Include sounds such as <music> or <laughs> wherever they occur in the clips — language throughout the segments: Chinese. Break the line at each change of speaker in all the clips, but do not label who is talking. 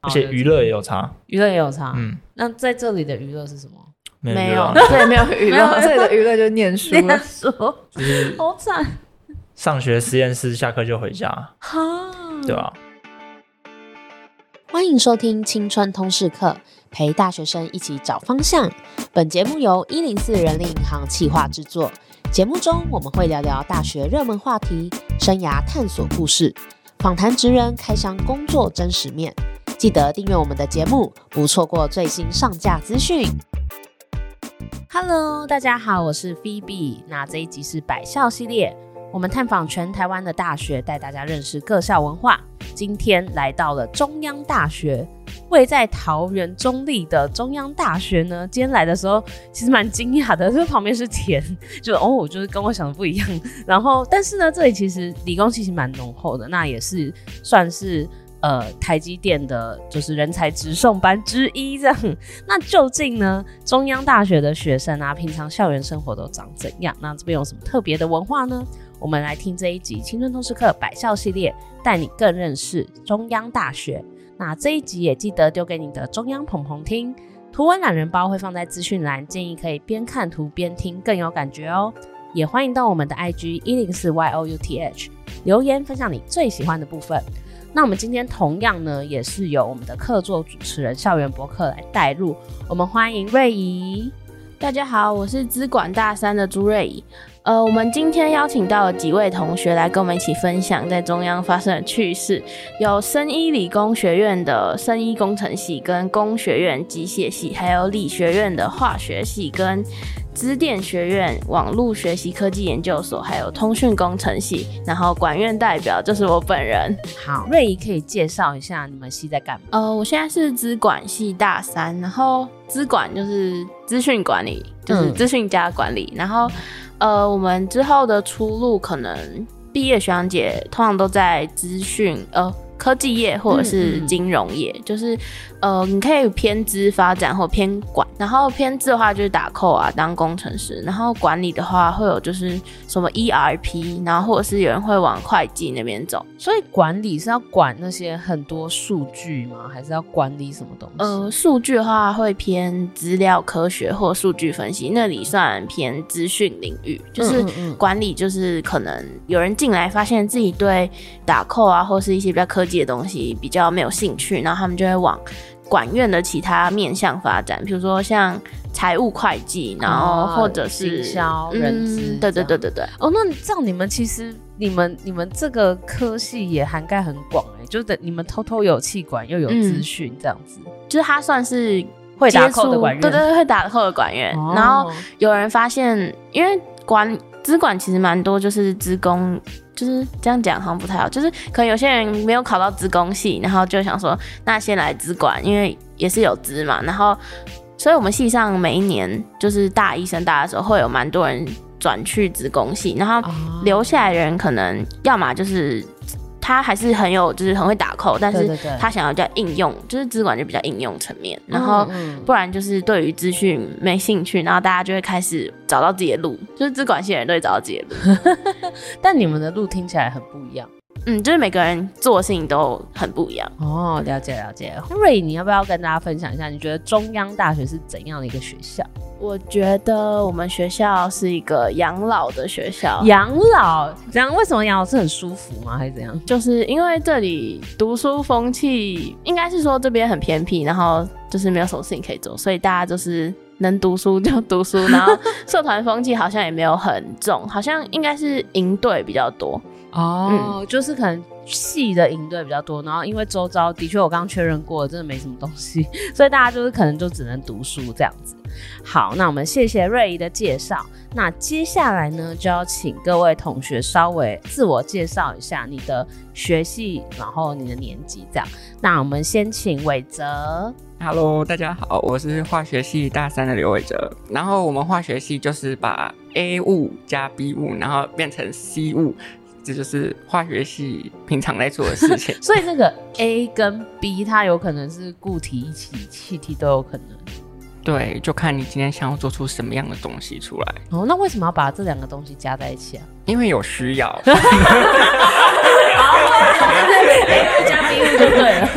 而且娱乐也有差，
娱乐也有差。
嗯，
那在这里的娱乐是什么？
娱
没
乐
有
啊，
这里没有娱乐，这里的娱乐就是念书了。
说，
就是
好惨
<laughs> 上学实验室，下课就回家，
哈。
对吧？
欢迎收听《青春通识课》，陪大学生一起找方向。本节目由一零四人力银行企划制作。节目中我们会聊聊大学热门话题、生涯探索故事，访谈职人开箱工作真实面。记得订阅我们的节目，不错过最新上架资讯。Hello，大家好，我是 Phoebe。那这一集是百校系列，我们探访全台湾的大学，带大家认识各校文化。今天来到了中央大学，位在桃园中立的中央大学呢。今天来的时候其实蛮惊讶的，这旁边是田，就哦，就是跟我想的不一样。然后，但是呢，这里其实理工气息蛮浓厚的，那也是算是。呃，台积电的就是人才直送班之一，这样。那究竟呢，中央大学的学生啊，平常校园生活都长怎样？那这边有什么特别的文化呢？我们来听这一集《青春通识课》百校系列带你更认识中央大学。那这一集也记得丢给你的中央捧捧听，图文懒人包会放在资讯栏，建议可以边看图边听，更有感觉哦。也欢迎到我们的 IG 一零四 y o u t h 留言分享你最喜欢的部分。那我们今天同样呢，也是由我们的客座主持人校园博客来带入，我们欢迎瑞怡。
大家好，我是资管大三的朱瑞怡。呃，我们今天邀请到了几位同学来跟我们一起分享在中央发生的趣事，有生医理工学院的生医工程系、跟工学院机械系，还有理学院的化学系、跟资电学院网络学习科技研究所，还有通讯工程系，然后管院代表就是我本人。
好，瑞怡可以介绍一下你们系在干嘛？
呃，我现在是资管系大三，然后资管就是资讯管理，就是
嗯
资讯加管理。然后，呃，我们之后的出路可能毕业学长姐通常都在资讯呃科技业或者是金融业，就是呃你可以偏资发展或偏管。然后偏资的话就是打扣啊，当工程师。然后管理的话会有就是什么 ERP，然后或者是有人会往会计那边走。
所以管理是要管那些很多数据吗？还是要管理什么东西？
呃，数据的话会偏资料科学或数据分析，那里算偏资讯领域，就是
嗯嗯
管理，就是可能有人进来发现自己对打扣啊，或是一些比较科技的东西比较没有兴趣，然后他们就会往管院的其他面向发展，比如说像财务会计，然后
哦
或者是、嗯
行销人资
对
这
对对
样
对对。
哦，那这样你们其实你们你们这个科系也涵盖很广哎、就等你们偷偷有气管又有资讯这样子，
就是他算是
会打
接触
扣的管院
对对对，会打扣的管院。
哦
然后有人发现，因为管资管其实蛮多，就是资工，就是这样讲好像不太好，就是可能有些人没有考到资工系，然后就想说，那先来资管，因为也是有资嘛。然后，所以我们系上每一年就是大一升大二的时候，会有蛮多人转去资工系，然后
啊
留下来的人可能要么就是他还是很有，就是很会打扣，但
对
是
对对
他想要叫应用，就是资管就比较应用层面，然后
嗯嗯
不然就是对于资讯没兴趣，然后大家就会开始找到自己的路，就是资管系的人都会找到自己的路，
但你们的路听起来很不一样
嗯，就是每个人做的事情都很不一样。
哦。了解了解，瑞，你要不要跟大家分享一下，你觉得中央大学是怎样的一个学校？
我觉得我们学校是一个养老的学校，
养老，这样为什么养老是很舒服吗？还是怎样？
就是因为这里读书风气，应该是说这边很偏僻，然后就是没有什么事情可以做，所以大家就是能读书就读书，然后 <laughs> 社团风气好像也没有很重，好像应该是营队比较多。
嗯
哦，就是可能系的营队比较多，然后因为周遭的确我刚刚确认过，真的没什么东西，所以大家就是可能就只能读书这样子。好，那我们谢谢瑞怡的介绍。那接下来呢，就要请各位同学稍微自我介绍一下你的学系，然后你的年级这样。那我们先请伟泽。。
Hello，大家好，我是化学系大三的刘伟哲。然后我们化学系就是把 A 物加 B 物，然后变成 C 物，这就是化学系平常在做的事情
所以那个 A 跟 B，它有可能是固体、一体、气体都有可能。
对，就看你今天想要做出什么样的东西出来，
哦，那为什么要把这两个东西加在一起啊？
因为有需要。
A 加 B 就对了。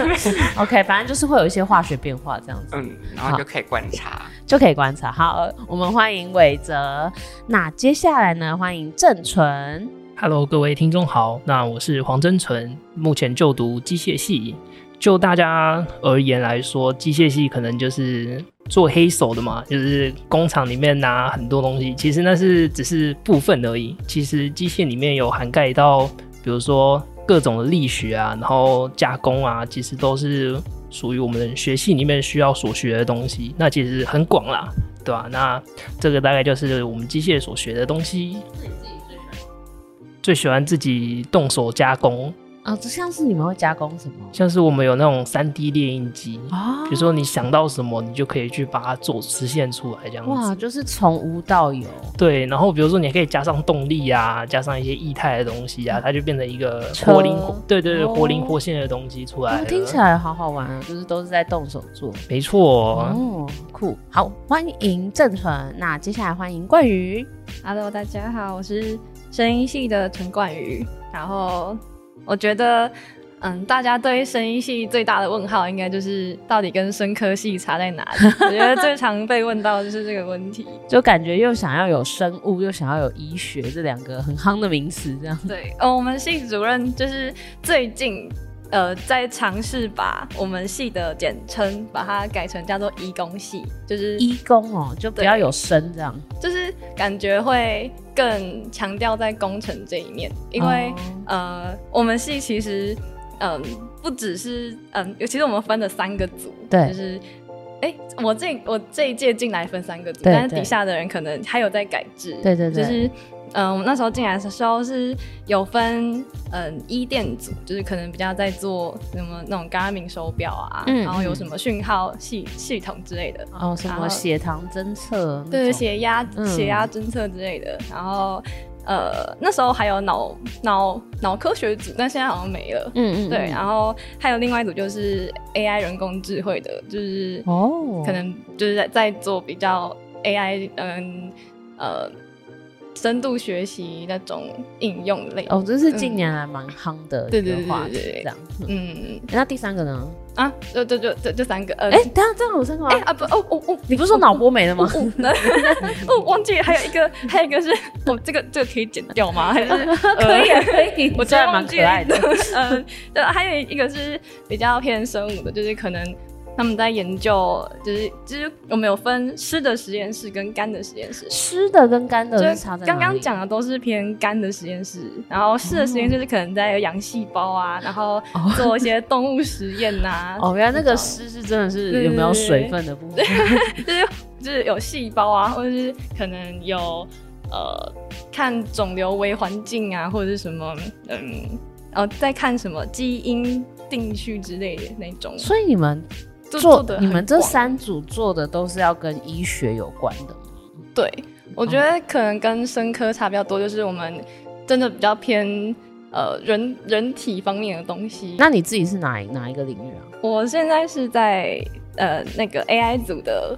OK，反正就是会有一些化学变化这样子，
嗯，然后就可以观察。
就可以观察。好，我们欢迎伟泽。那接下来呢，欢迎郑纯。
Hello，各位听众好，那我是黄真纯，目前就读机械系。就大家而言来说，机械系可能就是做黑手的嘛，就是工厂里面拿很多东西，其实那是只是部分而已。其实机械里面有涵盖到，比如说各种的力学啊，然后加工啊，其实都是属于我们学系里面需要所学的东西。那其实很广啦，对吧、那这个大概就是我们机械所学的东西。最喜欢自己动手加工，
啊、这像是你们会加工什么？
像是我们有那种三 D 列印机，
啊
比如说你想到什么，你就可以去把它做实现出来这样
哇，
子。
就是从无到有，
对，然后比如说你还可以加上动力啊，加上一些液态的东西啊，它就变成一个
嗯车
活灵活，对对对，
哦
活灵活现的东西出来
哦
了。
听起来好好玩啊，就是都是在动手做。
没错，
哦，酷，好，欢迎郑纯。那接下来欢迎冠宇。
<laughs> Hello，大家好，我是声音系的陈冠宇。然后我觉得，嗯，大家对声音系最大的问号应该就是到底跟声科系差在哪里？ <laughs> 我觉得最常被问到就是这个问题。
就感觉又想要有生物，又想要有医学这两个很夯的名词，这样。
对，呃，我们系主任就是最近呃在尝试把我们系的简称把它改成叫做医工系，就是
医工哦，就不
对
要有生这样。
就是感觉会更强调在工程这一面，因为、
哦
呃，我们系其实嗯、不只是嗯、尤其是我们分了三个组，
对
就是。哎、我这我这一届进来分三个组，
对
但是
对
底下的人可能还有在改制，
对对对
就是嗯，我们那时候进来的时候是有分嗯一电组，就是可能比较在做什么那种 Garmin 手表啊，
嗯
然后有
嗯
什么讯号系系统之类的，
哦，什么
啊然后
血糖侦测那种？
对血压、
嗯
血压侦测之类的。然后呃，那时候还有脑脑脑科学组，但现在好像没了。
嗯，嗯嗯，
对，然后还有另外一组就是 AI 人工智慧的，就是
哦，
可能就是在在做比较 AI 嗯呃深度学习那种应用类。
哦，这是近年来蛮夯的
嗯对
一个
对对
话
对
题
对对
这样。嗯
嗯
那第三个呢？
啊，就就就就就三个，呃，
哎，等一下这样有三个吗
哎、？啊不哦哦哦，
你不是说脑波没了吗？
<laughs> 哦忘记还有一个 <laughs> 还有一个是，哦这个这个可以剪
<laughs>
掉吗？还是可以
可以
<laughs> 我
我觉
真
得
的
蛮
忘
可
记了
爱的。。
<laughs> 嗯，对，还有一个是比较偏生物的，就是可能他们在研究，就是就是我们有分湿的实验室跟干的实验室。
湿的跟干的
就是
呃差在哪
刚
里
刚讲的都是偏干的实验室，然后湿的实验室是可能在养细胞啊，然后做一些动物实验啊呐、
哦 <laughs> 哦，原来那个湿是真的是
对
有没有
对对
水分的部分？
就是就是有细胞啊，或者是可能有呃看肿瘤微环境啊，或者是什么嗯，然后再看什么基因定序之类的那种。
所以你
<laughs>
们
就
做
得
你
很
们这
广
三组做的都是要跟医学有关的吗
对，我觉
哦
得可能跟生科差比较多，就是我们真的比较偏呃人人体方面的东西。
那你自己是哪一哪一个领域啊？
我现在是在呃那个 AI 组的，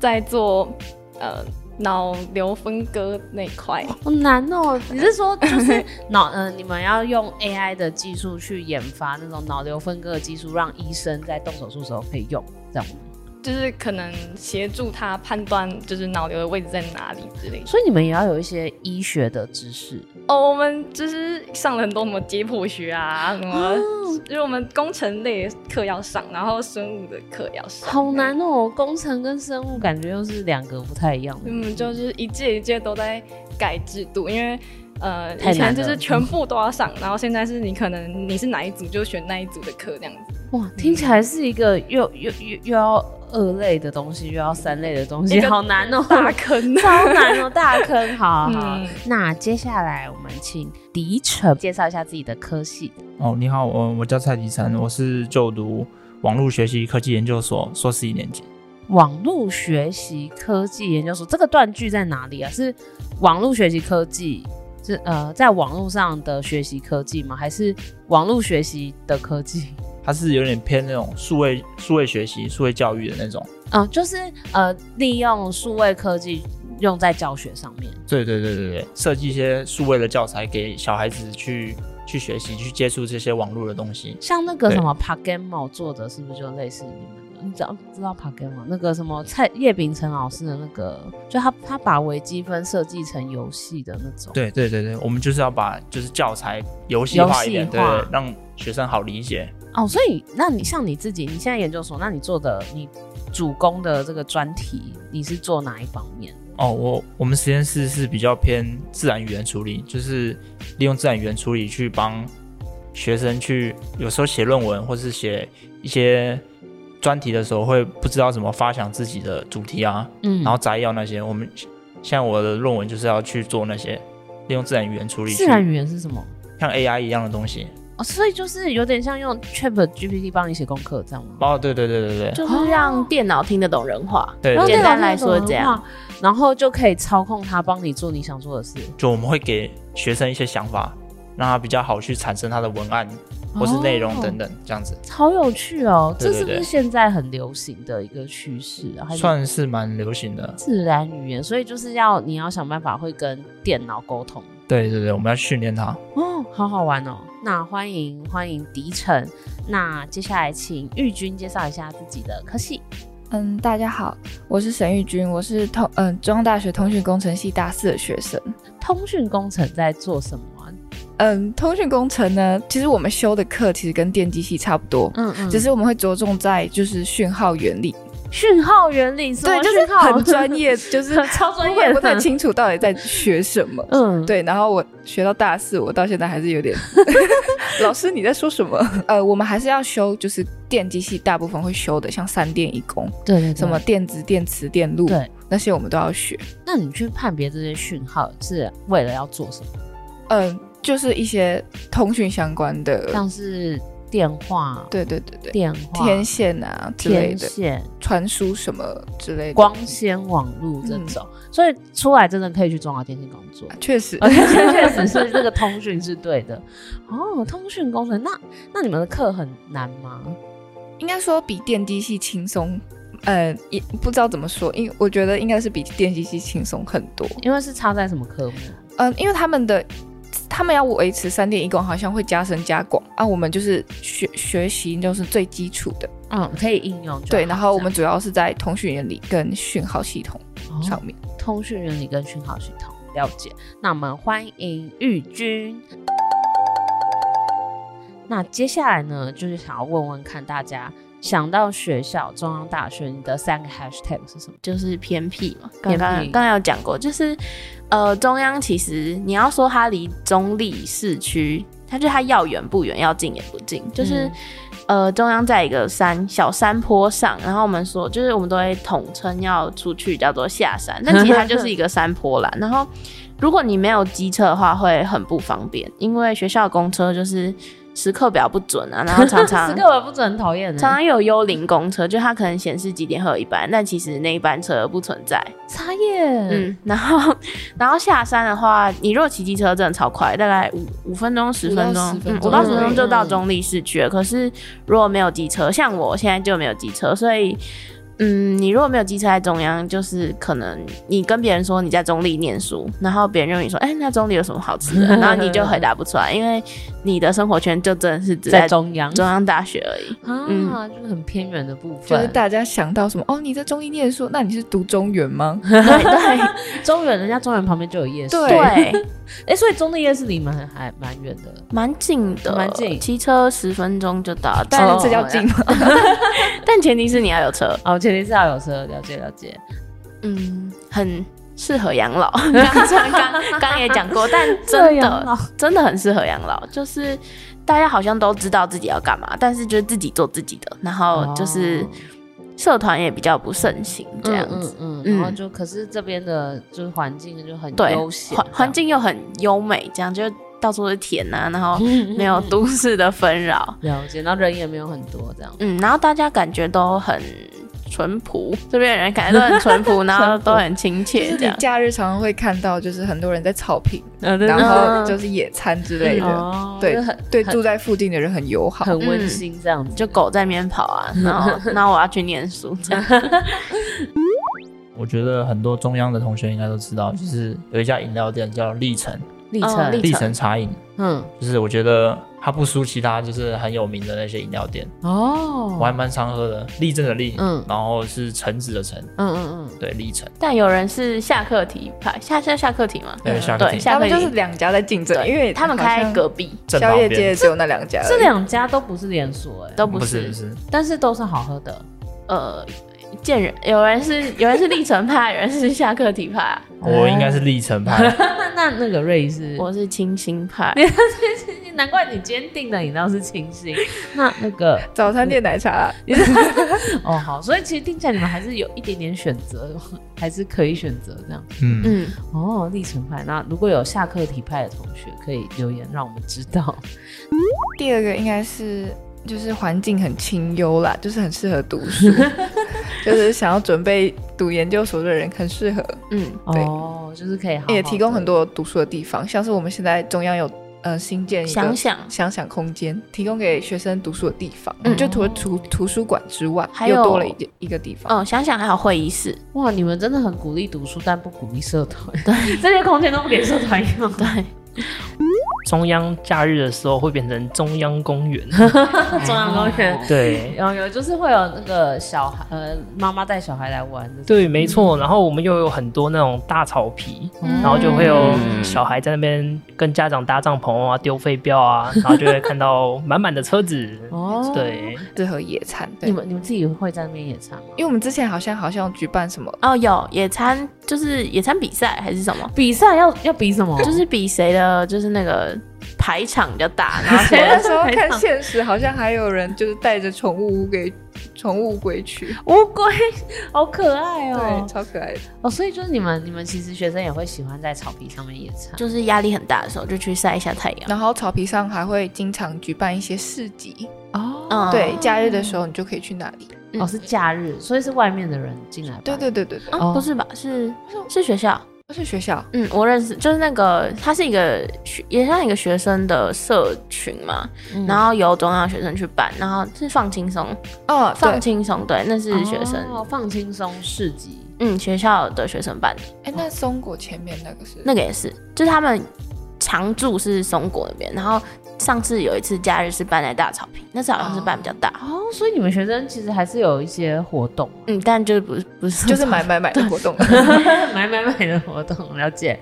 在做呃脑瘤分割那一块。
好难哦！ <laughs> 你是说就是 <laughs> 脑嗯、呃，你们要用 AI 的技术去研发那种脑瘤分割的技术，让医生在动手术时候可以用，这样吗？
就是可能协助他判断，就是脑瘤的位置在哪里之类的。
所以你们也要有一些医学的知识。
哦，我们就是上了很多什么解剖学啊，什么，就是我们工程类的课要上，然后生物的课要上，
好难哦，工程跟生物感觉又是两个不太一样的。
嗯，就是一届一届都在改制度，因为呃，
太
以
难了
前就是全部都要上，然后现在是你可能你是哪一组就选那一组的课这样子。
哇，听起来是一个又又又又要二类的东西，又要三类的东西，
一个
好难哦，
大 <laughs> 坑
<laughs> 超难哦，大坑。好好好，
嗯
那接下来我们请迪成介绍一下自己的科系。
哦，你好，我我叫蔡迪成，我是就读网络学习科技研究所硕士一年级。
网络学习科技研究所这个断句在哪里啊？是网络学习科技，是呃，在网络上的学习科技吗？还是网络学习的科 <laughs> 技？
它是有点偏那种数位数位学习、数位教育的那种。
嗯、就是呃，利用数位科技用在教学上面。
对对对对对，设计一些数位的教材给小孩子去去学习、去接触这些网络的东西。
像那个
对
什么 Pagamo 作者是不是就类似你们的？你知道知道 Pagamo 那个什么蔡叶秉辰老师的那个，就他他把微积分设计成游戏的那种。
对对对对，我们就是要把就是教材游戏化一点，
游戏
对，
化
对让学生好理解。
哦，所以那你像你自己，你现在研究所，那你做的你主攻的这个专题，你是做哪一方面？
哦，我我们实验室是比较偏自然语言处理，就是利用自然语言处理去帮学生去有时候写论文或是写一些专题的时候，会不知道怎么发想自己的主题啊，
嗯
然后摘要那些。我们像我的论文就是要去做那些利用自然语言处理去，
自然语言是什么？
像 AI 一样的东西。
哦，所以就是有点像用 Chat GPT 帮你写功课这样吗？
哦，对对对对对，
就是
哦
让电脑听得懂人话。
对
然后
对
电
简
脑
单来说
听得懂
这样
的话，然后就可以操控它帮你做你想做的事。
就我们会给学生一些想法，让他比较好去产生他的文案或是内容
哦
等等这样子。
好有趣哦！
对
这
对
是不
对
是现在很流行的一个趋势啊？还是
算是蛮流行的，
自然语言，所以就是要你要想办法会跟电脑沟通
对对对，我们要训练它。
哦，好好玩哦！那欢迎欢迎迪晨，那接下来请玉君介绍一下自己的科系。
嗯，大家好，我是沈玉君，我是通嗯中央大学通讯工程系大四的学生。
通讯工程在做什么啊？
嗯，通讯工程呢，其实我们修的课其实跟电机系差不多，
嗯嗯
只是我们会着重在就是讯号原理，
讯号原理，什么
对，就是
讯号
很专。业，就是
超专业
我也不
的
太清楚到底在学什么。
<laughs> 嗯，
对，然后我学到大四，我到现在还是
<laughs>
有点，老师你在说什么？呃，我们还是要修，就是电机系大部分会修的，像三电一工，
对对，对
什么？电子、电磁、电路，
对，
那些我们都要学。
那你去判别这些讯号是为了要做什么？
嗯，就是一些通讯相关的，
像是电话、
对对对对，
电话、
天线啊之类
天
的，
线、
传输什么之类的，
光纤网络这种，
嗯
所以出来真的可以去中华电信工
<laughs>
作。
确实
而且确实是这个通讯是对的哦，通讯工程那那你们的课很难吗？
应该说比电机系轻松。呃，也不知道怎么说，因我觉得应该是比电机系轻松很多。
因为是差在什么科目？
嗯，因为他们的他们要维持三点一广，好像会加深加广啊。我们就是学学习就是最基础的，
嗯，可以应用就好
对。然后我们
这
主要是在通讯原理跟讯号系统
样哦
上面。
通讯原理跟讯号系统了解。那我们欢迎玉君。那接下来呢，就是想要问问看大家，想到学校中央大学，你的三个 hashtag 是什么？
就是偏僻嘛。
偏
刚
僻
刚刚刚有讲过，就是呃，中央其实你要说它离中立市区，它就它要远不远，要近也不近，就是、呃，中央在一个山小山坡上，然后我们说就是我们都会统称要出去叫做下山，但其实 <laughs> 它就是一个山坡啦。然后如果你没有机车的话，会很不方便，因为学校公车就是时刻表不准啊，然后常 <laughs> 常
十个我也不准很讨厌的，欸
常常有幽灵公车，就它可能显示几点会有一班，但其实那一班车不存在。
茶叶，
嗯， <laughs> 然后然后下山的话，你如果骑机车真的超快，大概五五分钟、十分钟，嗯五
钟
到十分钟就到
嗯
中立市区了。可是如果没有机车，像我现在就没有机车，所以。嗯，你如果没有机车在中央，就是可能你跟别人说你在中立念书，然后别人就问你说，哎、那中立有什么好吃的？然后你就回答不出来，因为你的生活圈就真的是只
在
在
中央
中央大学
<laughs>
而已。
啊，
嗯
就是很偏远的部
就是
分。
大家想到什么哦，你在中医念书，那你是读中
<laughs>
原吗？
对对，
中原人家中原旁边就有夜市，
对
对，
哎，所以中立夜市离你们还还蛮远的。
蛮近哦的，
蛮近
骑车十分钟就到。但、
但这叫
<laughs>
近吗？
但前提是你要有车，
哦，前提是要有车，了解了解。
嗯，很适合养老。 <laughs> 刚刚刚刚也讲过，但真的真的很适合养老，就是大家好像都知道自己要干嘛，但是就是自己做自己的，然后就是
哦
社团也比较不盛行这样子。
嗯嗯嗯，
嗯
然后就可是这边的就是环境就很
对
悠闲，
环环境又很优美，这样就到处都是田啊，然 <laughs> 后没有都市的纷扰。
这样了解，然后人也没有很多这样。
嗯，然后大家感觉都很淳朴，这边的人感觉都很淳朴，然后都很亲切 <laughs>
就
这
是你
样。
假日常常会看到，就是很多人在草坪，
嗯，对
然后就是野餐之类的。
哦，
对
就很
对，住在附近的人很友好。
很
嗯
温馨这样子，
就狗在那边跑啊，然后 <laughs> 然后我要去念书这 <laughs> 样。
我觉得很多中央的同学应该都知道，就是有一家饮料店叫历城，
历程，
哦历
历程茶饮，
嗯，
就是我觉得它不输其他就是很有名的那些饮料店，
哦，
我还蛮常喝的。立正的立，
嗯
然后是橙子的橙，
嗯嗯嗯，
对，立橙。
但有人是下课题派，下下下课题吗？
对下课题
他
对下课
们
题
就是两家在竞争，
对
因为
他们
好
开
像
隔壁，
正
宵
旁
夜
边
街只有那两家而已，
这两家都不是连锁，哎，
都
不
不
是不
是，
是，
但是都是好喝的，
呃，见人有人是有人是历程派，有人是下课题 <laughs> 派，啊
我应该是历程派。
那那那个瑞是，
我是清新派。
<laughs> 难怪你今天订的饮料是清
<laughs>
新，那那个
早餐店奶茶，啊
哦好，所以其实听起来你们还是有一点点选择，还是可以选择这样。
嗯，
嗯，
哦，历程派，那如果有下课题派的同学，可以留言让我们知道。
第二个应该是就是环境很清幽啦，就是很适合读 <laughs> 书，就是想要准备读研究所的人很适合。嗯， <laughs> 对，
哦，就是可以好好
也提供很
多
多读书的地方，像是我们现在中央有呃新建一个
想想
想想空间，提供给学生读书的地方。
嗯
就除了图图书馆之外，
还
又
有
多了一个一个地方。
哦，想想还有会议室，
哇，你们真的很鼓励读书，但不鼓励社
<laughs>
团。对， <laughs> 这些空间都不给社团用。 <laughs> 对，
中央假日的时候会变成中央
<laughs>
公园，
中央公园。
对，
然后 <laughs> 有就是会有那个小孩，呃，妈妈带小孩来玩的，
对，没错。然后我们又有很多那种大草皮，
哦
然后就会有小孩在那边跟家长搭帐篷啊，丢废标啊，然后就会看到满满的车子。
哦，
对，
适合野餐，对
你，们你们自己会在那边野餐吗？
因为我们之前好像好像举办什么，
哦，有野餐，就是野餐比赛还是什么？
比赛要要比什么？
<laughs> 就是比谁的，就是那个排场比较大，然 <laughs>
我
后谁
那
的
时候看现实，好像还有人就是带着宠物乌龟、宠物乌龟去，
乌龟，好可爱
对，
哦。
超可爱的。
哦，所以就是你们你们其实学生也会喜欢在草皮上面野餐。
就是压力很大的时候就去晒一下太阳。
然后草皮上还会经常举办一些市集，
嗯，
哦对，假日的时候你就可以去那里。
哦，是假日，所以是外面的人进来。
对对，对对对，
嗯，不是吧？是是学校。
不是学校，
嗯，我认识，就是那个，它是一个学，也像一个学生的社群嘛，然后由中央学生去办，然后是放轻松，
哦，对
放轻松，对，那是学生，
哦、放轻松市集。
嗯，学校的学生办的，
哎，那松果前面那个是
那个也是，就是他们常住是松果那边，然后上次有一次假日是办在大草坪，那次好像是办比较大，
哦，所以你们学生其实还是有一些活动，
嗯，但就是不是不是，
就是买买买的活动，
<laughs> 买买买的活动，了解。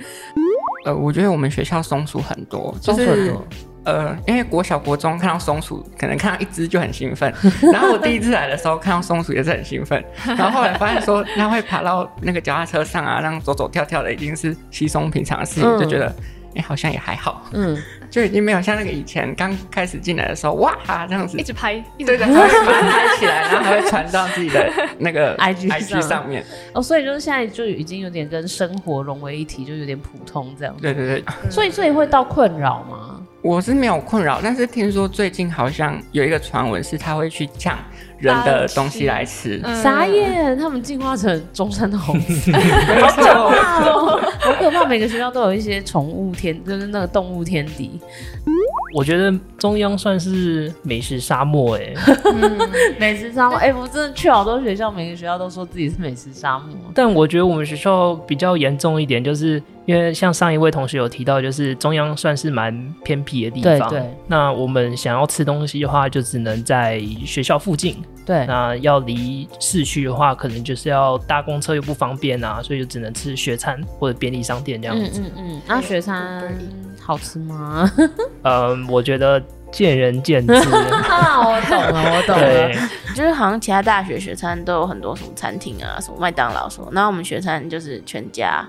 呃，我觉得我们学校松鼠很多，就
松鼠很
是
多
呃，因为国小国中看到松鼠，可能看到一只就很
<laughs>
兴奋。然后我第一次来的时候看到松鼠也是很兴奋，然后后来发现说它会爬到那个脚踏车上啊，让走走跳跳的，已经是稀松平常的事情，就觉得哎、好像也还好，
嗯，
<laughs> 就已经没有像那个以前刚开始进来的时候哇这
<laughs>
样子
一直拍，一
对
直
的，
拍
它会把它拍起来，然后还会传到自己的
<laughs>
那个
IG 上
上面。
哦，所以就是现在就已经有点跟生活融为一体，就有点普通这样。
对对对，
所以所以会到困扰吗？
我是没有困扰，但是听说最近好像有一个传闻是他会去抢人的东西来吃， <laughs>
嗯
啥耶？他们进化成中山的猴 <laughs> 子，
没错，
好可怕！每个学校都有一些宠物天，就是那个动物天敌。
我觉得中央算是美食沙漠哎、
美食沙漠，哎、我真的去好多学校，每个学校都说自己是美食沙漠。
但我觉得我们学校比较严重一点，就是因为像上一位同学有提到，就是中央算是蛮偏僻的地方。
对对
那我们想要吃东西的话，就只能在学校附近。
对，
那要离市区的话，可能就是要搭公车又不方便啊，所以就只能吃学餐或者便利商店这样
嗯
子。
嗯嗯，那学餐好吃吗？
嗯，我觉得见仁见
<laughs>
智。
啊，我懂 <laughs> 了，我懂
对
了。，
就是好像其他大学学餐都有很多什么餐厅啊，什么麦当劳什么，然后我们学餐就是全家，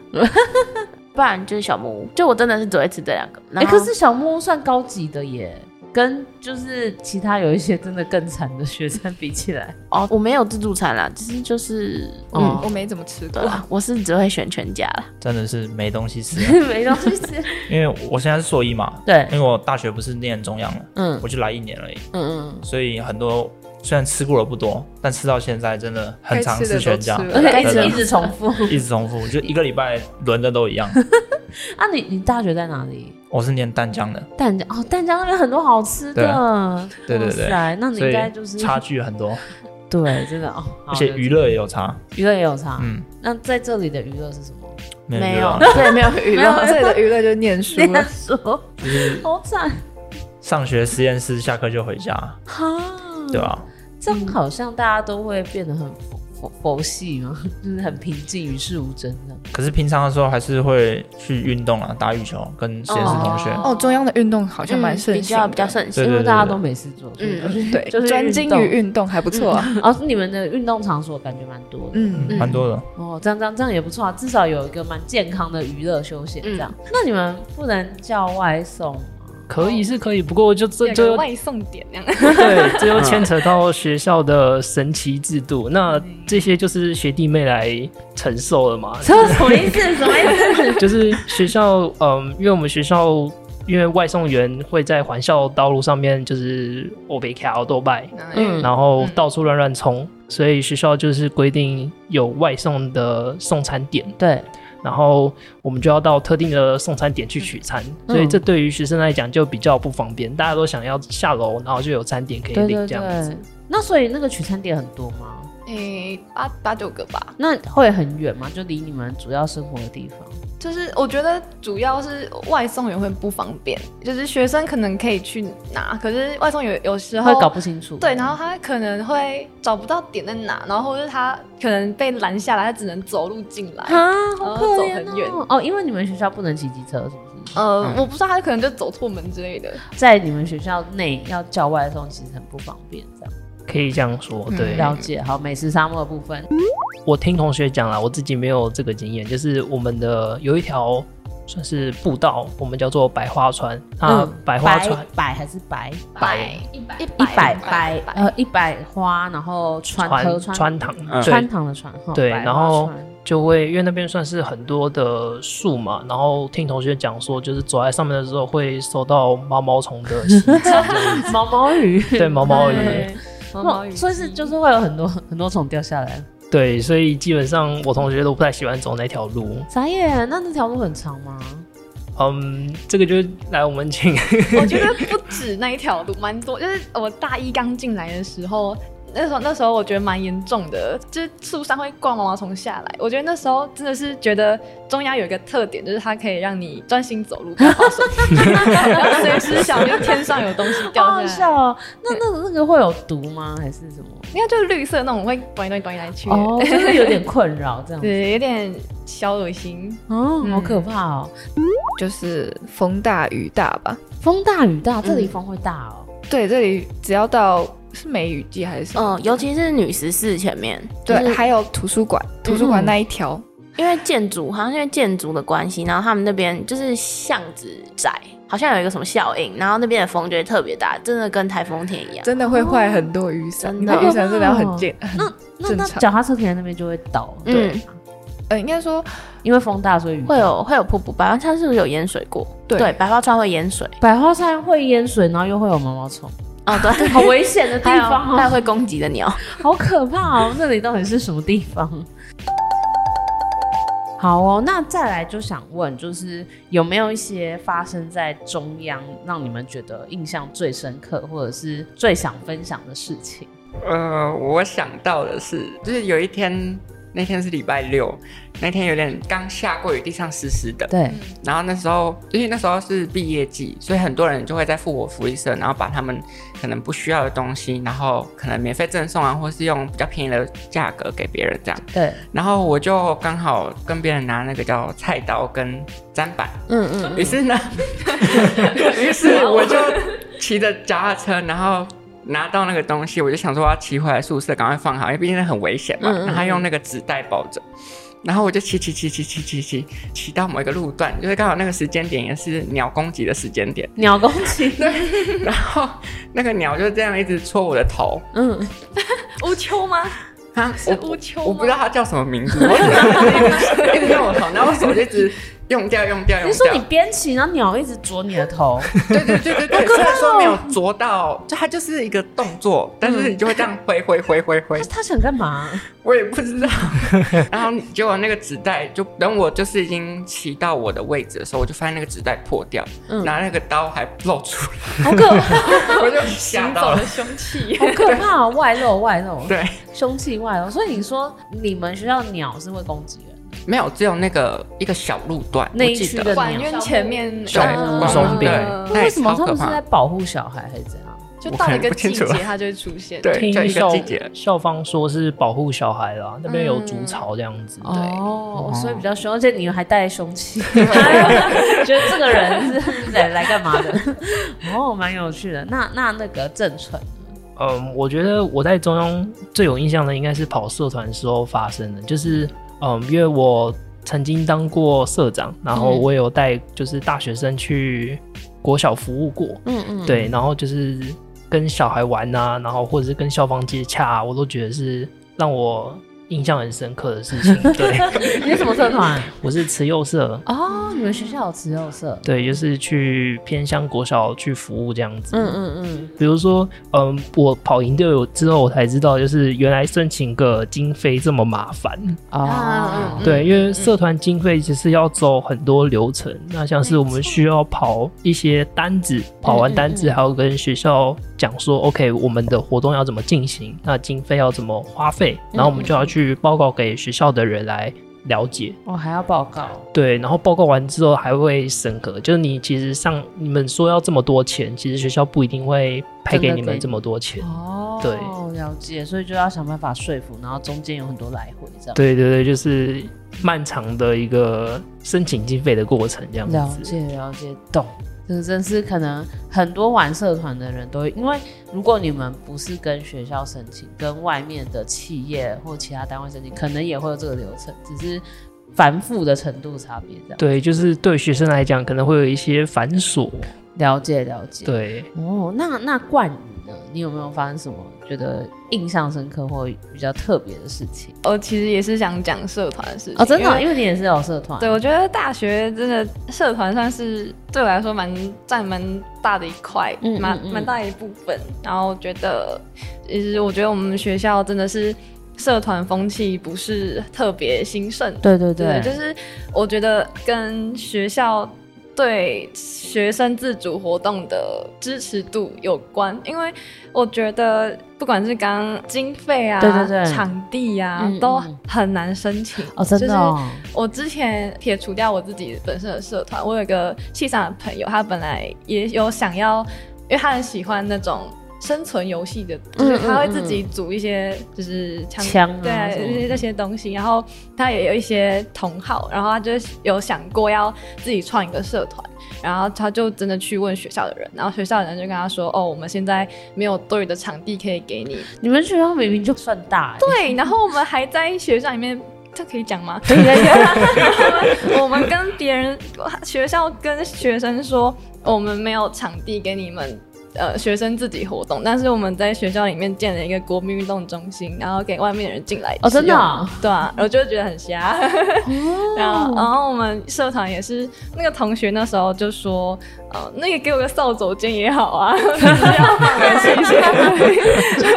不然就是小木屋。就我真的是只会吃这两个。
哎、
然后
可是小木屋算高级的耶，跟就是其他有一些真的更惨的学生比起来， <laughs>
哦，我没有自助餐啦，只是就是
哦
嗯，
我没怎么吃过
对。啊啦，我是只会选全家啦。嗯
真的是没东西吃啊，
没东西吃。
因为我现在是硕一嘛，
对
因为我大学不是念中央了，
嗯
我就来一年而已，
嗯嗯，
所以很多虽然吃过的不多，但吃到现在真的很
该
常
吃
吃
的都
全家 <laughs>
吃，了
而且一
真
直
的
一直重复。
一直重复，就一个礼拜轮的都一样。
<laughs> 啊，你你大学在哪里？
我是念淡江的，
淡江哦，淡江那边很多好吃
对
的。
对对对
哇塞，那你
所
应
以
该就是
差距很多，
对，真的哦。好
而且娱乐也有差。
娱乐也有差。
嗯，
那在这里的娱乐是什么？
没
没
有
有
啊，
这里没有娱
没有
乐，
这里的娱乐就是念书
这样
了。
说，
就是
好惨
上学实验室，下课就回家，
哈。
对啊吧？
这样好像大家都会变得很佛佛佛系嘛， <laughs> 就是很平静、与世无争的。
可是平常的时候还是会去运动啊，打羽球，跟实验室同学。
哦，中央的运动好像蛮盛
嗯比
行
较
的，
比较盛行
对。
因
对
为
对
大家
对
都没事做，所以
嗯
就是 <laughs>
对，
就是
专精于运动还不错啊。
哦，你们的运动场所感觉蛮多的。
嗯，
蛮多的，
哦，这样这样这样也不错啊，至少有一个蛮健康的娱乐休闲这样。那你们不能叫外送吗
可以是可以，不过就
有
这
一
这
个
又
外送点那样。
对，这又牵扯到学校的神奇制度，那这些就是学弟妹来承受了
<laughs>
嘛。
这什么意思？什么意思？
就是学校，嗯，因为我们学校因为外送员会在环校道路上面就是欧北卡奥多拜，
<laughs> 嗯
然后到处乱乱冲，所以学校就是规定有外送的送餐点，
对，
然后我们就要到特定的送餐点去取餐，
嗯
所以这对于学生来讲就比较不方便，大家都想要下楼，然后就有餐点可以
对
领
对
这样子
对。。那所以那个取餐点很多吗？
诶、八八九个吧。
那会很远吗？就离你们主要生活的地方？
就是我觉得主要是外送员会不方便，就是学生可能可以去拿，可是外送员有时候
会搞不清楚。
哦对，然后他可能会找不到点在哪，然后或者他可能被拦下来，他只能走路进来。
啊，好可
然后走很
怜
远
哦。哦，因为你们学校不能骑机车，是不是？
呃，我不知道，他可能就走错门之类的。
在你们学校内要叫外送，其实很不方便。这样
可以这样说，对。
嗯了解。好，美食沙漠的部分，
我听同学讲了，我自己没有这个经验，就是我们的有一条算是步道，我们叫做百花川啊，
嗯
百花川
百还是白
百
一百
一
一
百
百
白呃一百花，然后川河
川
川
川塘，
嗯
对
川堂的川哈
对，
百
然
花
后
川
就会因为那边算是很多的树嘛，然后听同学讲说，就是走在上面的时候会受到毛毛虫的袭
<laughs>
击，
毛毛 <laughs> 雨，
对毛
哦
毛雨，
对毛毛
哦
雨
所以是就是会有很多很多虫掉下来。
对，所以基本上我同学都不太喜欢走那条路。
傻眼，那那条路很长吗？
嗯，这个就来我们请
我觉得不止那一条路，蛮多。就是我大一刚进来的时候，那时候那时候我觉得蛮严重的，就是树上会挂毛毛虫下来。我觉得那时候真的是觉得中央有一个特点，就是它可以让你专心走路，不要划 <laughs> 手机然后随时想就天上有东西掉
好
下
好
来。
笑哦。那那那个会有毒吗？还是什么？
应该就是绿色那种会短一短短来去的，
哦， <laughs> 就是有点困扰这样子。
对，有点小恶心。
哦，好
嗯
可怕哦！
就是风大雨大吧。
风大雨大，这里风会大哦。
对，这里只要到是梅雨季还是什么？
嗯，尤其是女十四前面，
对，还有图书馆，
嗯
图书馆那一条，
因为建筑好像因为建筑的关系，然后他们那边就是巷子窄，好像有一个什么效应，然后那边的风就会特别大，真的跟台风天一样。
真的会坏很多雨伞，
真的哦
雨伞真的要很健。很
那
正
那
常
脚踏车停在那边就会倒，对
嗯，
呃，应该说
因为风大所以雨
会有会有瀑布，白花川是不是有淹水过？
对
白花川会淹水。
百花山会淹水，然后又会有毛毛
<laughs>
虫，
哦，对，
好危险的地
还有
方
还有
哦，
会攻击的鸟。
好可怕哦！这里到底是什么地方？好哦，那再来就想问，就是有没有一些发生在中央让你们觉得印象最深刻，或者是最想分享的事情？
呃，我想到的是，就是有一天，那天是礼拜六，那天有点刚下过雨，地上湿湿的。
对，
然后那时候，因为那时候是毕业季，所以很多人就会在复活福利社，然后把他们可能不需要的东西，然后可能免费赠送啊，或是用比较便宜的价格给别人这样。
对，
然后我就刚好跟别人拿那个叫菜刀跟砧板，
嗯嗯，
于
<laughs>
是呢，于是我就骑着脚踏车，然后拿到那个东西，我就想说我要骑回来宿舍，赶快放好，因为毕竟那很危险嘛。
嗯嗯嗯
然后他用那个纸袋包着，然后我就骑骑骑骑骑骑骑骑到某一个路段，就是刚好那个时间点也是鸟攻击的时间点，
鸟攻
<laughs>
击，
然后那个鸟就这样一直戳我的头，
嗯，
乌秋吗？
啊， <laughs>
是
我
乌秋吗？
我不知道它叫什么名字，我只知道它一直一直用我头，然后我手就一直用掉用掉用掉。
你说你边骑，然后鸟一直啄你的
<laughs>
头，
对对对
<laughs>
对对，虽然说没有啄到，就它就是一个动作，但是你就会这样挥挥挥挥挥
他，他想干
<laughs>
嘛？
我也不知 <laughs> 道。然后结果那个纸袋就等我就是已经骑到我的位置的时候，我就发现那个纸袋破掉，
嗯
拿那个刀还露出
好可怕，
来， <laughs> 我就吓
行
到
走
了
的。凶 <laughs> 器。
好可怕哦，外露外露，
对，
凶器外露。所以你说你们学校鸟是会攻击人？
没有，只有那个一个小路段，
那一
我记
区
得
的
管院前面
对
嗯
管
松饼
对那
为
也
什么
超
他
可
们是
怕
在保护小孩还是怎样？
就
我
到
看
一个
不
季
清楚啊
节它就会出现。
对，就
听
一个
<laughs> 校
季节，
校方说是保护小孩啦，那边有竹巢这样子。
哦，
嗯
所以比较凶，而且你们还带凶 <laughs> 器，觉得这个人是来来干嘛的？ <laughs> 哦，蛮有趣的。那那那个郑纯，
嗯，我觉得我在中央最有印象的应该是跑社团时候发生的，就是嗯，因为我曾经当过社长，然后我也有带就是大学生去国小服务过，
嗯嗯，
对，然后就是跟小孩玩啊，然后或者是跟校方接洽啊、我都觉得是让我印象很深刻的事情。对，
<laughs> 你是什么社团？
我是慈幼社，
哦，你们学校有慈幼社？
对，就是去偏向国小去服务这样子。
嗯嗯嗯，
比如说，嗯，我跑营队有之后，我才知道，就是原来申请个经费这么麻烦。
啊，
对，因为社团经费其实要走很多流程，那像是我们需要跑一些单子，跑完单子还要跟学校讲说、o k 我们的活动要怎么进行，那经费要怎么花费，然后我们就要去报告给学校的人来了解。
我哦还要报告。
对，然后报告完之后还会审核，就是你其实上你们说要这么多钱，其实学校不一定会配给你
真的给
们这么多钱。
哦，
对
了解，所以就要想办法说服，然后中间有很多来回这样。
对对对，就是漫长的一个申请经费的过程这样
了
子。
解了解，懂。这个真是可能很多玩社团的人都会，因为如果你们不是跟学校申请，跟外面的企业或其他单位申请，可能也会有这个流程，只是繁复的程度差别这样。
对，就是对学生来讲，可能会有一些繁琐。
了解了解。，
对，
哦，那那冠宇呢？你有没有发生什么觉得印象深刻或比较特别的事情？
我哦其实也是想讲社团的事情
哦，真的
因
哦，
为
因为你也是有社团，
对，我觉得大学真的社团算是对我来说蛮占蛮大的一块
嗯，
蛮
嗯嗯
蛮大一部分。然后我觉得，其实我觉得我们学校真的是社团风气不是特别兴盛。
对对对，
就是我觉得跟学校对学生自主活动的支持度有关，因为我觉得不管是刚刚经费啊、
对对对
场地啊，
嗯
都
嗯
很难申请。
哦，真的、
就是
哦，
我之前撇除掉我自己本身的社团，我有一个气场的朋友，他本来也有想要，因为他很喜欢那种生存游戏的，就是他会自己组一些就是枪
嗯枪啊
对
什么
那些那些东西，然后他也有一些同好，然后他就有想过要自己创一个社团。然后他就真的去问学校的人，然后学校的人就跟他说：“哦，我们现在没有对的场地可以给你。
你们学校明明就算大、欸，”
对，然后我们还在学校里面，这可以
<laughs>
讲吗？
可以可以可以
我们跟别人呃学校跟学生说，我们没有场地给你们。呃，学生自己活动，但是我们在学校里面建了一个国民运动中心，然后给外面人进来
哦，真的、
使用
哦。
对啊，我就会觉得很瞎。 <laughs> 然后，然后我们社团也是那个同学那时候就说，呃，那个给我个扫帚间也好啊， <laughs>
<laughs>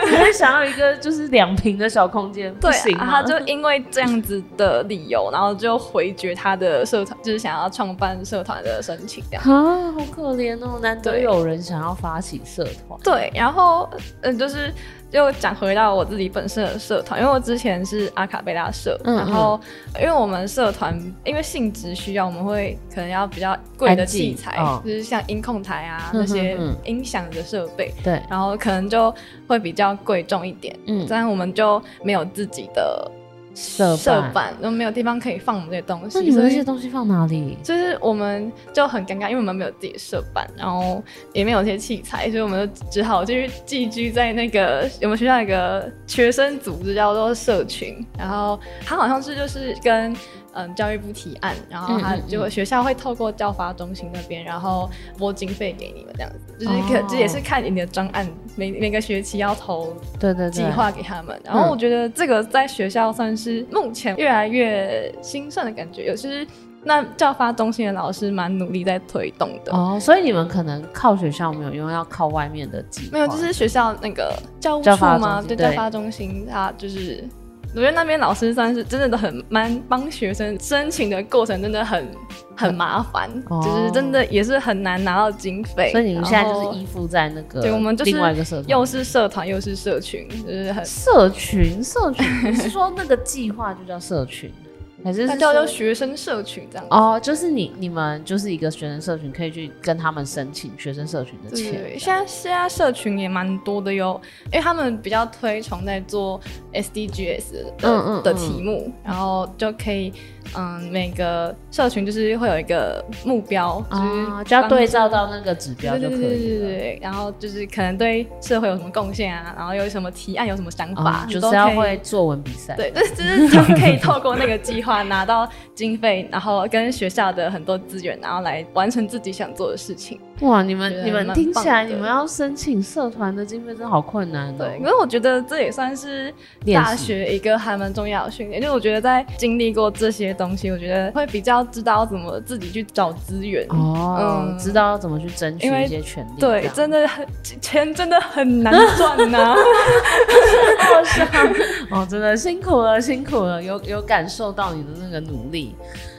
只是想要一个就是两平的小空间，不
对啊
行，吗
他就因为这样子的理由，然后就回绝他的社团，就是想要创办社团的申请这样。
啊，好可怜哦，难得
对
有人想要发起社团，
对，然后呃，就是又讲回到我自己本身的社团，因为我之前是阿卡贝拉社，
嗯
然后因为我们社团因为性质需要，我们会可能要比较贵的
安静
器材，
哦
就是像音控台啊
嗯
那些
嗯嗯
音响的设备，
对
然后可能就会比较贵重一点，
嗯
但我们就没有自己的
社
社
办。
板，都没有地方可以放我们这些东西，
那你们
所
那
以
些东西放哪里？
就是我们就很尴尬，因为我们没有自己的社办，然后也没有这些器材，所以我们就只好就是寄居在那个我们学校有一个学生组织叫做社群，然后它好像是就是跟嗯教育部提案，然后它
嗯嗯嗯
就学校会透过教发中心那边，然后拨经费给你们这样子，就是可、
哦
这也是看你的专案，每每个学期要投
对对对，
计划给他们。然
嗯
后我觉得这个在学校算是目前越来越兴盛的感觉，尤其是那教发中心的老师蛮努力在推动的。
哦，所以你们可能靠学校没有用，要靠外面的计划。
没有，就是学校那个教务处
教发中
嘛，
心
对，
对
教发中心，他就是。我觉得那边老师算是真的都很蛮帮学生申请的过程真的很很麻烦，
哦
就是真的也是很难拿到经费。
所以你们现在
然
就
后
是依附在那个，
对我们就是
另外一个社团，
又是社团又是社群，就是很
社群，社群你是说那个计划就叫社群，还是
它
是
叫
说
做学生社群这样。
哦，就是你你们就是一个学生社群，可以去跟他们申请学生社群的
对
钱
对
这
对，
样。
现在现在社群也蛮多的哟，因为他们比较推崇在做 SDGs 的
嗯嗯
的
嗯
题目，然后就可以，嗯，每个社群就是会有一个目标，就是
啊，就要
帮
对
助
照到那个指标
对
就
对
可
对
以
对
了。
对对，然后就是可能对社会有什么贡献啊，然后有什么提案，有什么想法，
啊，
你
就
都
是要
可以
会作文比赛。
对，就是就是他们可以透过那个计划拿到经费，然后跟学校的很多资源，然后来完成自己想做的事情。
哇，你们
觉得
你们
蛮
听
棒
起来，
的
你们要申请社团的经费真的好困难哦。
对，可是我觉得这也算是
练习
大学一个还蛮重要的训练，因为我觉得在经历过这些东西，我觉得会比较知道怎么自己去找资源。
哦，
嗯
知道要怎么去争取
因为
一些权利这样。
对，真的很钱真的很难赚啊
<laughs>
呐、
好笑哦，真的辛苦了，辛苦了，有有感受到你的那个努力。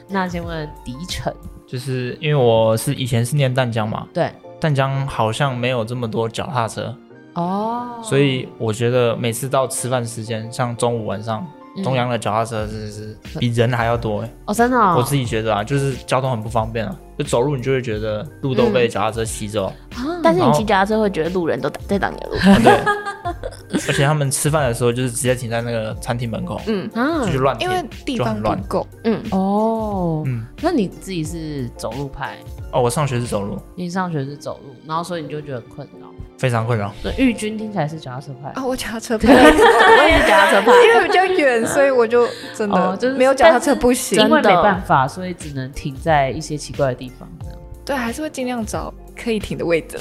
那请问迪晨，
就是因为我是以前是念淡江嘛，
对，
淡江好像没有这么多脚踏车，
哦，
所以我觉得每次到吃饭时间，像中午晚上，
嗯
中央的脚踏车真的是比人还要多哎、
哦，真的、哦，
我自己觉得啊，就是交通很不方便啊，就走路你就会觉得路都
嗯
被脚踏车吸
<laughs>
走，
啊
但是你
然后
骑脚踏车会觉得路人都挡在挡你的
<laughs>
路，
对，而且他们吃饭的时候就是直接停在那个餐厅门口，
嗯，
啊
就，去乱停
因。为地方不够，
哦，
嗯
那你自己是走路派，
哦，我上学是走路，
你上学是走路，然后所以你就觉得很困扰。
非常困扰。
对，玉君听起来是脚踏车派。
啊，我脚踏车派，我也是脚踏车派， <laughs> 因为比较远，所以我就真
哦
的
就是
没有脚踏车不行
因。为没
真的
办法，所以只能停在一些奇怪的地方。这样
对，还是会尽量找可以停的位
<laughs>
置。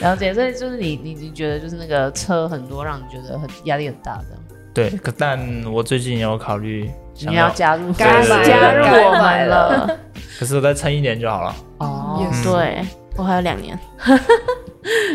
了解，所以就是你你你觉得就是那个车很多，让你觉得很压力很大，这样。
对，可但我最近有考虑想
你要加入
该
<laughs>
买
加入
了
我们了。
<laughs> 可是我再撑一年就好了。
哦，
Yes
对，我还有两年。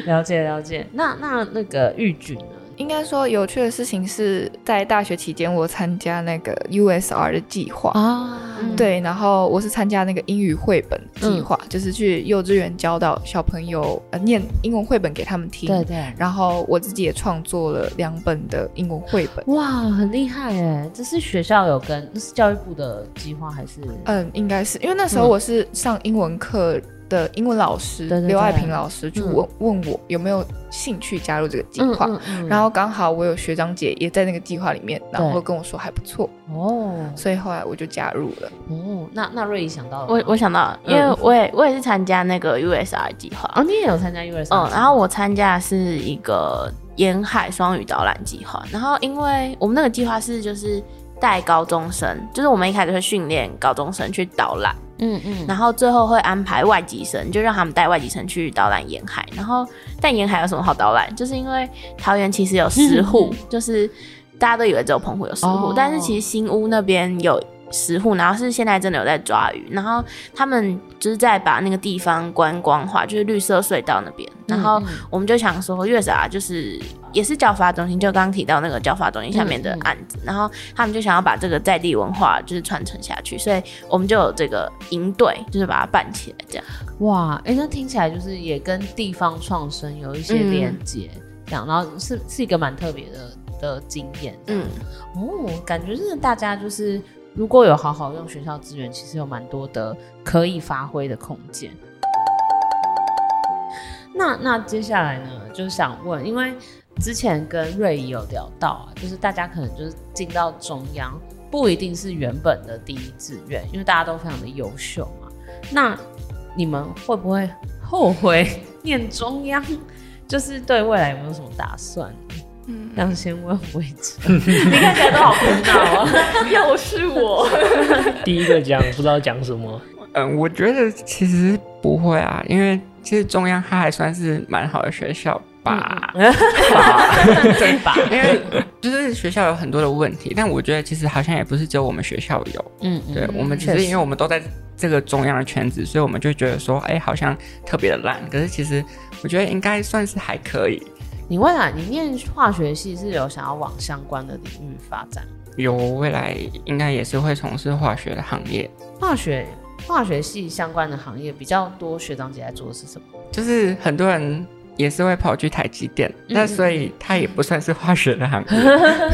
了解了解。那那那个玉君呢？
应该说有趣的事情是在大学期间，我参加那个 USR 的计划。
啊
嗯
对，然后我是参加那个英语绘本
嗯
计划，就是去幼稚园教导小朋友呃念英文绘本给他们听。
对对，
然后我自己也创作了两本的英文绘本，
哇，很厉害哎！这是学校有跟，这是教育部的计划还是？
嗯，应该是因为那时候
嗯
我是上英文课的英文老师、
对对对
刘爱平老师就
嗯
问、问我有没有兴趣加入这个计
嗯
划，
嗯嗯
然后刚好我有学长姐也在那个计划里面，然后
对
跟我说还不错，
哦
所以后来我就加入了。
哦，那那瑞怡想到了吗，
我我想到了，因为
嗯
我也我也是参加那个 USR 计划，
哦，你也有参加 US，
嗯，然后我参加的是一个沿海双语导览计划，然后因为我们那个计划是就是带高中生，就是我们一开始会训练高中生去导览，
嗯嗯，
然后最后会安排外籍生，就让他们带外籍生去导览沿海。然后，但沿海有什么好导览？就是因为桃园其实有石户，就是大家都以为只有澎湖有石户，
嗯哦
但是其实新屋那边有石户，然后是现在真的有在抓鱼，然后他们就是在把那个地方观光化，就是绿色隧道那边。然后
嗯嗯
我们就想说，月嫂啊，就是也是教法中心，就刚刚提到那个教法中心下面的
嗯嗯
案子，然后他们就想要把这个在地文化就是传承下去，所以我们就有这个营队，就是把它办起来这样。
哇，哎、那听起来就是也跟地方创生有一些
嗯
连接，这样，然后是是一个蛮特别的的经验，嗯
嗯，，
哦，感觉真的大家就是如果有好好用学校资源，其实有蛮多的可以发挥的空间。那那接下来呢，就是想问，因为之前跟瑞怡有聊到啊，就是大家可能就是进到中央，不一定是原本的第一志愿，因为大家都非常的优秀嘛。那你们会不会后悔念中央？就是对未来有没有什么打算？
嗯，
想先问魏哲，你看起来都好苦恼哦。
要是 <laughs> 我，
第一个讲不知道讲什么，
嗯，我觉得其实不会啊，因为其实中央它还算是蛮好的学校吧，
嗯
<laughs> 啊
<laughs> 对吧？
因为就是学校有很多的问题，但我觉得其实好像也不是只有我们学校有，
嗯，
对、
嗯
我们其
确
实
实
因为我们都在这个中央的圈子，所以我们就觉得说，哎、好像特别的烂，可是其实我觉得应该算是还可以。
你未来你念化学系是有想要往相关的领域发展吗？
有未来应该也是会从事化学的行业，
化学化学系相关的行业比较多，学长姐在做的是什么？
就是很多人也是会跑去台积电，
嗯
那所
<laughs>
以它也不算是化学的行业，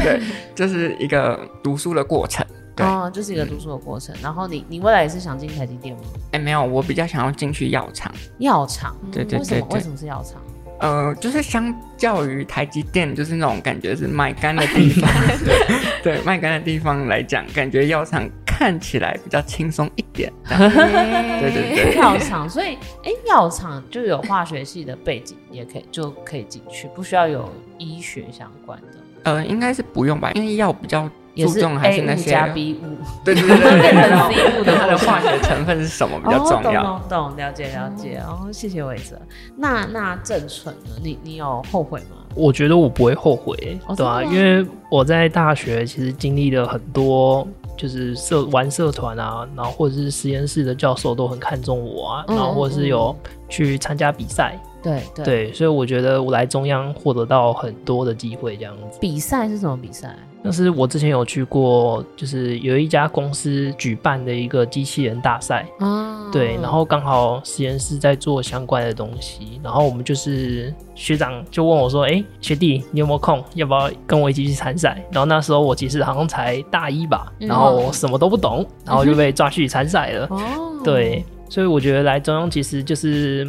对，就是一个读书的过程。对
哦，就是一个读书的过程。然后你你未来也是想进台积电吗？
哎，没有，我比较想要进去药厂。
药厂，
对对
为什
对
么为
对
什，么是药厂？
呃，就是相较于台积电，就是那种感觉是卖干的地
<laughs>
方，对对，卖干的地方来讲，感觉药厂看起来比较轻松一点。这样对对对，
药厂，所以哎，药厂就有化学系的背景，也可以就可以进去，不需要有医学相关的，
呃，应该是不用吧，因为药比较
也
注
是
重还
A
是那
物
些
加 B 物。
对对对对对，
变成
然
<laughs>
后
C 物的
它的
过程
化学成分是什么比较重要？
哦、懂懂懂，了解了解。哦，谢谢伟哲。那那郑纯呢？你你有后悔吗？
<laughs> 我觉得我不会后悔、欸
哦
对吧、啊
真的吗
因为我在大学其实经历了很多，就是社玩社团啊，然后或者是实验室的教授都很看重我啊，
嗯
然后或
嗯
者是有去参加比赛，
对对
对，所以我觉得我来中央获得到很多的机会，这样子。
比赛是什么比赛？
但是我之前有去过，就是有一家公司举办的一个机器人大赛，
啊
对，然后刚好实验室在做相关的东西，然后我们就是学长就问我说：“哎、学弟，你有没有空？要不要跟我一起去参赛？”然后那时候我其实好像才大一吧，然后我什么都不懂，然后就被抓去参赛了。
嗯 <laughs> 哦，
<laughs> 对，所以我觉得来中央其实就是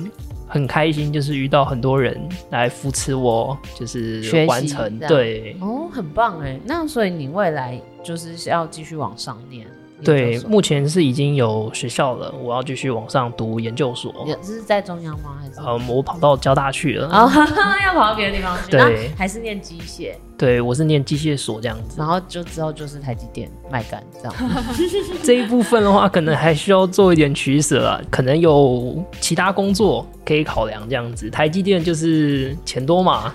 很开心，就是遇到很多人来扶持我，就是
学习
完成。
这样
对，
哦，很棒哎。那所以你未来就是要继续往上念？
对
研，究所
目前是已经有学校了，我要继续往上读研究所。
也是在中央吗？还是？
嗯，我跑到交大去了。
啊、哈哈， <laughs> 要跑到别的地方去，
对
那还是念机械，
对，我是念机械所这样子。
然后就之后就是台积电卖干这样。 <laughs>
这一部分的话，可能还需要做一点取舍啊，可能有其他工作可以考量这样子。台积电就是钱多嘛，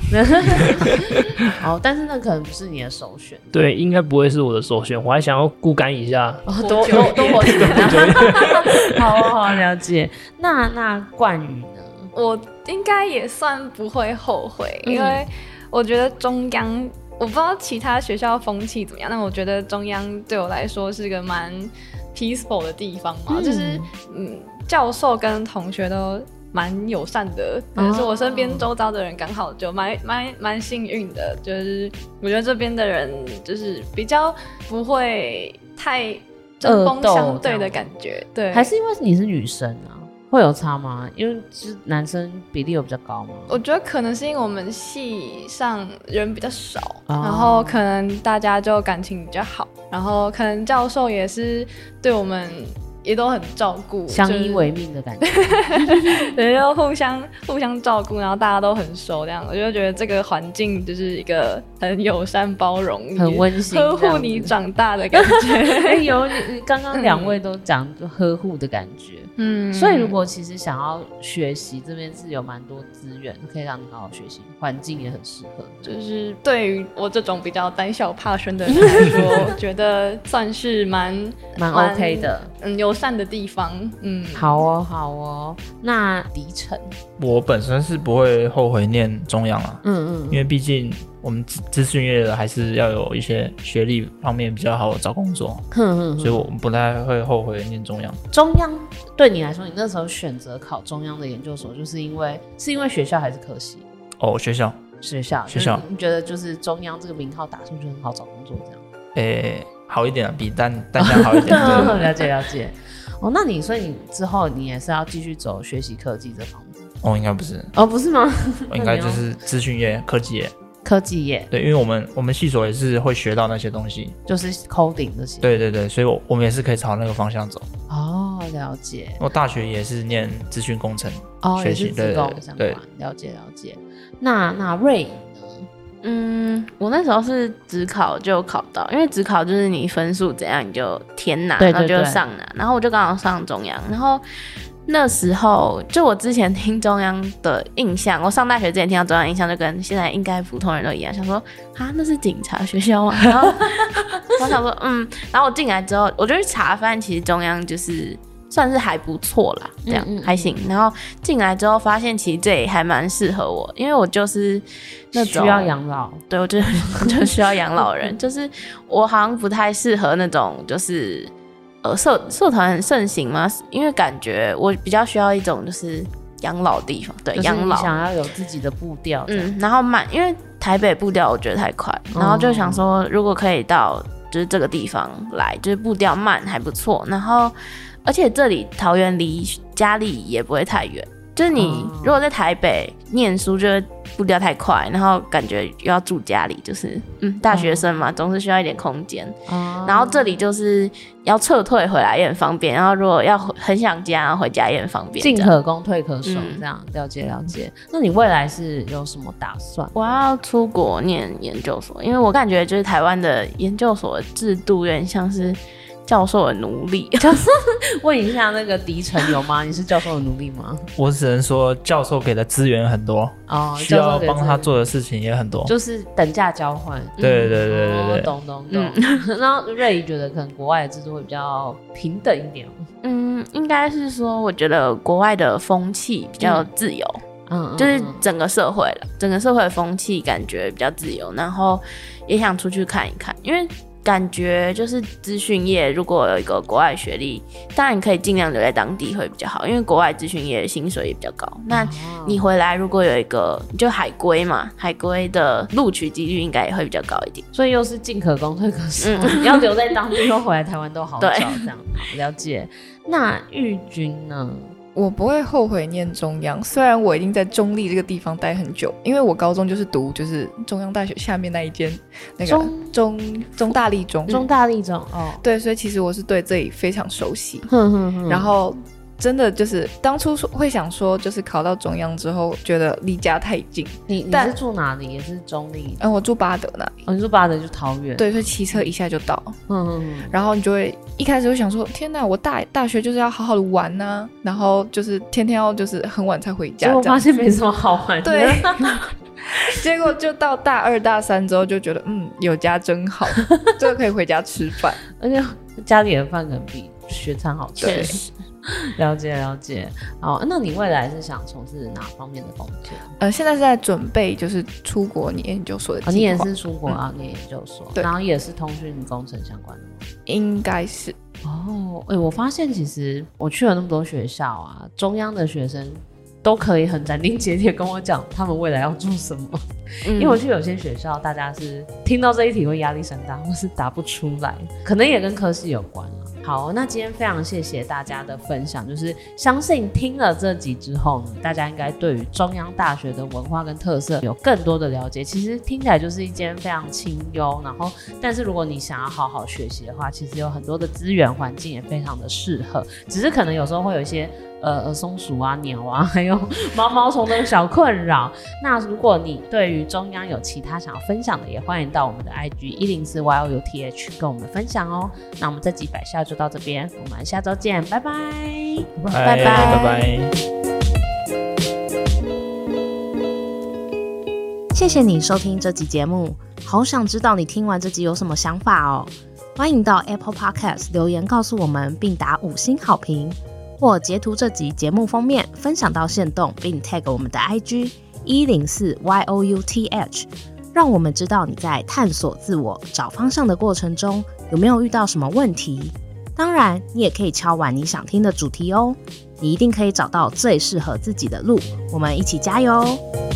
哦，但是那可能不是你的首选，
对，应该不会是我的首选。我还想要骨感一下，
哦，多多多
<laughs>
活几年啊。 <laughs> 好啊，好啊了解。那那冠宇呢？
我应该也算不会后悔，因
嗯
为我觉得中央，我不知道其他学校风气怎么样，但我觉得中央对我来说是个蛮 peaceful 的地方嘛，就是嗯，教授跟同学都。
哦
蛮友善的，可能是我身边周遭的人刚好就蛮蛮蛮幸运的，就是我觉得这边的人就是比较不会太针锋
恶斗
相对
这
的
样
感觉，对，
还是因为你是女生啊，会有差吗？因为就是男生比例有比较高吗？
我觉得可能是因为我们系上人比较少，
哦
然后可能大家就感情比较好，然后可能教授也是对我们也都很照顾，
相
就是
依为命的感觉。
<laughs> 对，就互相互相照顾，然后大家都很熟，这样我就觉得这个环境就是一个很友善、包容、
很温馨
呵护
这
你
样子
长大的感觉。
<laughs> 哎有你你刚刚两位都讲呵护的感觉，<laughs>
嗯
所以如果其实想要学习这边是有蛮多资源可以让你好好学习，环境也很适合。
就是对于我这种比较胆小怕生
<laughs>
的人来说，我觉得算是蛮
蛮
蛮
OK 的，
嗯友善的地方。嗯，
好哦，好哦。那迪晨，
我本身是不会后悔念中央啊，
嗯
因为毕竟我们资资讯业的还是要有一些学历方面比较好找工作，
哼哼
所以我不太会后悔念中央。
中央对你来说，你那时候选择考中央的研究所，就是因为是因为学校还是科系？
哦，学校，
学校，
学校
就是你觉得就是中央这个名号打出去很好找工作这样。
诶、好一点啊，比淡淡江好一
<laughs>
点。对
了解了解。哦，那你所以你之后你也是要继续走学习科技这方面？
哦，应该不是，
哦，不是吗？
我应该就是资讯业、科技业。
科技业
对，因为我们我们系所也是会学到那些东西。
就是 coding 这些。。
对对对，所以我我们也是可以朝那个方向走。
哦，了解。
我大学也是念资讯工程，
哦，
学
也
习
是自
对
动相关
对。
了解了解。那那瑞
嗯，我那时候是只考就考到，因为只考就是你分数怎样你就填哪，
对
然后
对
就
对
上哪，然后我就刚好上中央，然后那时候就我之前听中央的印象，我上大学之前听到中央印象就跟现在应该普通人都一样，想说啊那是警察学
<laughs>
校吗？然后我想说嗯，然后我进来之后我就去查，发现其实中央就是。算是还不错啦，这样、
嗯嗯嗯
还行。然后进来之后发现，其实这也还蛮适合我，因为我就是那
需
种
要养老，
对我就 <laughs> 就需要养老人，就是我好像不太适合那种就是呃社社团很盛行嘛，因为感觉我比较需要一种就是养老地方，对
就是
养
你
老，
想要有自己的步调这样。哦
嗯，然后慢，因为台北步调我觉得太快，然后就想说如果可以到就是这个地方来，就是步调慢还不错。然后，而且这里桃园离家里也不会太远。就是你
哦
如果在台北念书，就是步调太快，然后感觉又要住家里，就是嗯，大学生
哦
嘛，总是需要一点空间。
嗯
然后这里就是要撤退回来也很方便，然后如果要回很想家，然后回家也很方便。
进
这样
可攻退可守，
嗯
这样了解了解。那你未来是有什么打算？ <laughs>
我要出国念研究所，因为我感觉就是台湾的研究所的制度有点像是教授的奴隶，
问一下那个迪成有吗？你是教授的奴隶吗？
我只能说，教授给的资源很多，
哦，
需
教
要
授给
帮
自
他
己
做的事情也很多。
就是等价交换。
对对对对
哦
对对，
懂懂懂。<laughs>
嗯
然后瑞怡觉得可能国外的制度会比较平等一点，哦
嗯，应该是说我觉得国外的风气比较自由，
嗯，
就是整个社会了，整个社会的风气感觉比较自由，然后也想出去看一看，因为。感觉就是资讯业，如果有一个国外学历，当然你可以尽量留在当地会比较好，因为国外资讯业薪水也比较高。
哦
那你回来如果有一个就海归嘛，海归的录取几率应该也会比较高一点。
所以又是进可攻退可守， <laughs> 要留在当地又回来台湾都好找，
嗯对
这样好了解。那玉君呢？
我不会后悔念中央，虽然我已经在中立这个地方待很久，因为我高中就是读就是中央大学下面那一间那个
中
中中大立中，
中大力中哦，
对，所以其实我是对这里非常熟悉。
哼哼哼
然后真的就是当初说会想说，就是考到中央之后，觉得离家太近。
你你是
但
住哪里？也是中立，
嗯，我住巴德那里，
哦，你住巴德就桃园，，
对，所以骑车一下就到。
嗯嗯
然后你就会一开始会想说，天哪，我大大学就是要好好的玩呐、然后就是天天要就是很晚才回家
结果
这
发
样。
现没什么好玩的，
对， <laughs> 结果就到大二大三之后就觉得，嗯，有家真 <laughs> 好，就可以回家吃饭。
<laughs> 而且家里的饭可能比学餐好吃。
对，
<laughs> 了解了解。好，那你未来是想从事哪方面的工作？
呃，现在是在准备就是出国念研究所的计
哦，
划，
你也是出国啊，念研究所，
对
然后也是通讯工程相关的吗？
应该是
哦，哎、我发现其实我去了那么多学校啊，中央的学生都可以很斩钉截铁跟我讲他们未来要做什么，因为我去有些学校，大家是听到这一题会压力山大，或是答不出来，可能也跟科系有关了。好，那今天非常谢谢大家的分享，就是相信听了这集之后呢，大家应该对于中央大学的文化跟特色有更多的了解。其实听起来就是一间非常清幽，然后但是如果你想要好好学习的话，其实有很多的资源环境也非常的适合，只是可能有时候会有一些呃呃松鼠啊、鸟啊，还有毛毛虫的小困扰。那如果你对于中央有其他想要分享的，也欢迎到我们的 IG 一零四 Y O U T H 跟我们分享哦。那我们这集百校就到这边，我们下周见，拜拜。
拜哎
拜
拜拜。
谢谢你收听这集节目，好想知道你听完这集有什么想法哦。欢迎到 Apple Podcast 留言告诉我们，并打五星好评，或截图这集节目封面分享到线动，并 tag 我们的 IG 一零四 y o u t h，让我们知道你在探索自我、找方向的过程中有没有遇到什么问题。当然，你也可以敲完你想听的主题哦，你一定可以找到最适合自己的路。我们一起加油哦！